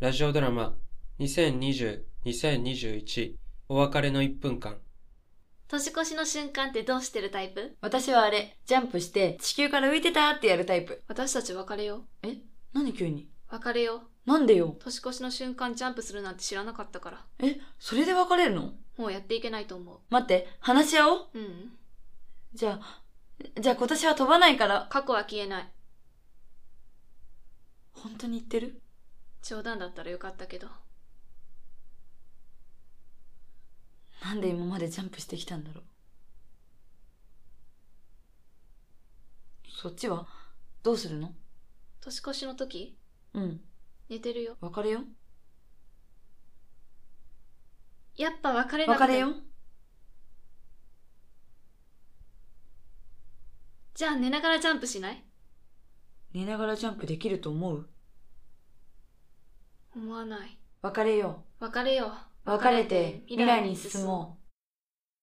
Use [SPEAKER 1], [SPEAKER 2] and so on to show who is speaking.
[SPEAKER 1] ラジオドラマ2020-2021お別れの1分間
[SPEAKER 2] 年越しの瞬間ってどうしてるタイプ
[SPEAKER 3] 私はあれ、ジャンプして地球から浮いてたってやるタイプ。
[SPEAKER 2] 私たち別れよう。
[SPEAKER 3] 何急に
[SPEAKER 2] 別れよう。
[SPEAKER 3] なんでよ
[SPEAKER 2] 年越しの瞬間ジャンプするなんて知らなかったから。
[SPEAKER 3] え、それで別れるの
[SPEAKER 2] もうやっていけないと思
[SPEAKER 3] 待って、話し合おう
[SPEAKER 2] う。うん。
[SPEAKER 3] じゃあ、じゃあ今年は飛ばないから。
[SPEAKER 2] 過去は消えない。
[SPEAKER 3] 本当に言ってる
[SPEAKER 2] 冗談だったらよかったけど。
[SPEAKER 3] なんで今までジャンプしてきたんだろうそっちはどうするの
[SPEAKER 2] 年越しの時
[SPEAKER 3] うん、
[SPEAKER 2] 寝てるよ。
[SPEAKER 3] 別れよ
[SPEAKER 2] やっぱ別れなくて
[SPEAKER 3] 別れよ
[SPEAKER 2] じゃあ寝ながらジャンプしない
[SPEAKER 3] 寝ながらジャンプできると思う
[SPEAKER 2] 思わない。
[SPEAKER 3] 別れよう
[SPEAKER 2] 別れよう。
[SPEAKER 3] 別れて未来に進もう